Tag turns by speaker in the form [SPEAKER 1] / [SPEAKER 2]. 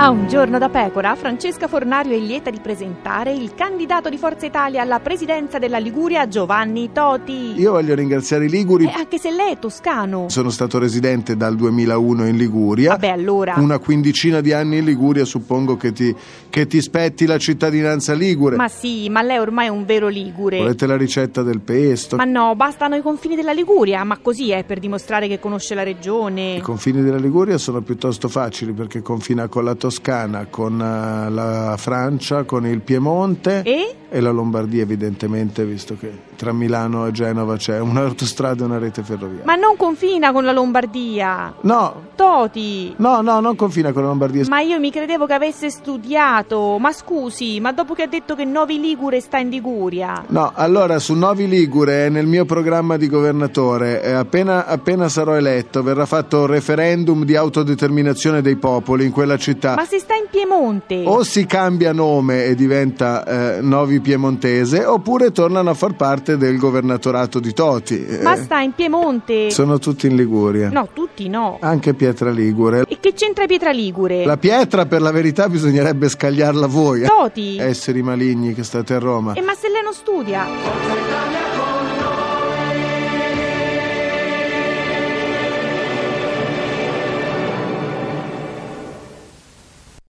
[SPEAKER 1] A un giorno da pecora, Francesca Fornario è lieta di presentare il candidato di Forza Italia alla presidenza della Liguria, Giovanni Toti.
[SPEAKER 2] Io voglio ringraziare i Liguri.
[SPEAKER 1] E anche se lei è toscano.
[SPEAKER 2] Sono stato residente dal 2001 in Liguria.
[SPEAKER 1] Vabbè, allora.
[SPEAKER 2] Una quindicina di anni in Liguria, suppongo che ti, che ti spetti la cittadinanza ligure.
[SPEAKER 1] Ma sì, ma lei ormai è un vero ligure.
[SPEAKER 2] Volete la ricetta del pesto?
[SPEAKER 1] Ma no, bastano i confini della Liguria, ma così è per dimostrare che conosce la regione.
[SPEAKER 2] I confini della Liguria sono piuttosto facili perché confina con la Toscana, con eh, la Francia, con il Piemonte
[SPEAKER 1] E?
[SPEAKER 2] la Lombardia evidentemente, visto che tra Milano e Genova c'è un'autostrada e una rete ferroviaria.
[SPEAKER 1] Ma non confina con la Lombardia.
[SPEAKER 2] No,
[SPEAKER 1] Toti.
[SPEAKER 2] no, no, non confina con la Lombardia.
[SPEAKER 1] Ma io mi credevo che avesse studiato. Ma scusi, ma dopo che ha detto che Novi Ligure sta in Liguria.
[SPEAKER 2] No, allora su Novi Ligure eh, nel mio programma di governatore, eh, appena, appena sarò eletto, verrà fatto un referendum di autodeterminazione dei popoli in quella città.
[SPEAKER 1] Ma se sta in Piemonte.
[SPEAKER 2] O si cambia nome e diventa eh, Novi Piemontese, oppure tornano a far parte del governatorato di Toti. Eh,
[SPEAKER 1] Ma sta in Piemonte.
[SPEAKER 2] Sono tutti in Liguria,
[SPEAKER 1] No, tutti no.
[SPEAKER 2] anche Pietra Ligure.
[SPEAKER 1] E che c'entra Pietra Ligure?
[SPEAKER 2] La pietra, per la verità, bisognerebbe scagliarla voi.
[SPEAKER 1] Toti.
[SPEAKER 2] Eh, Esseri maligni che state a Roma.
[SPEAKER 1] E ma se lei non studia?
[SPEAKER 3] Forza Italia,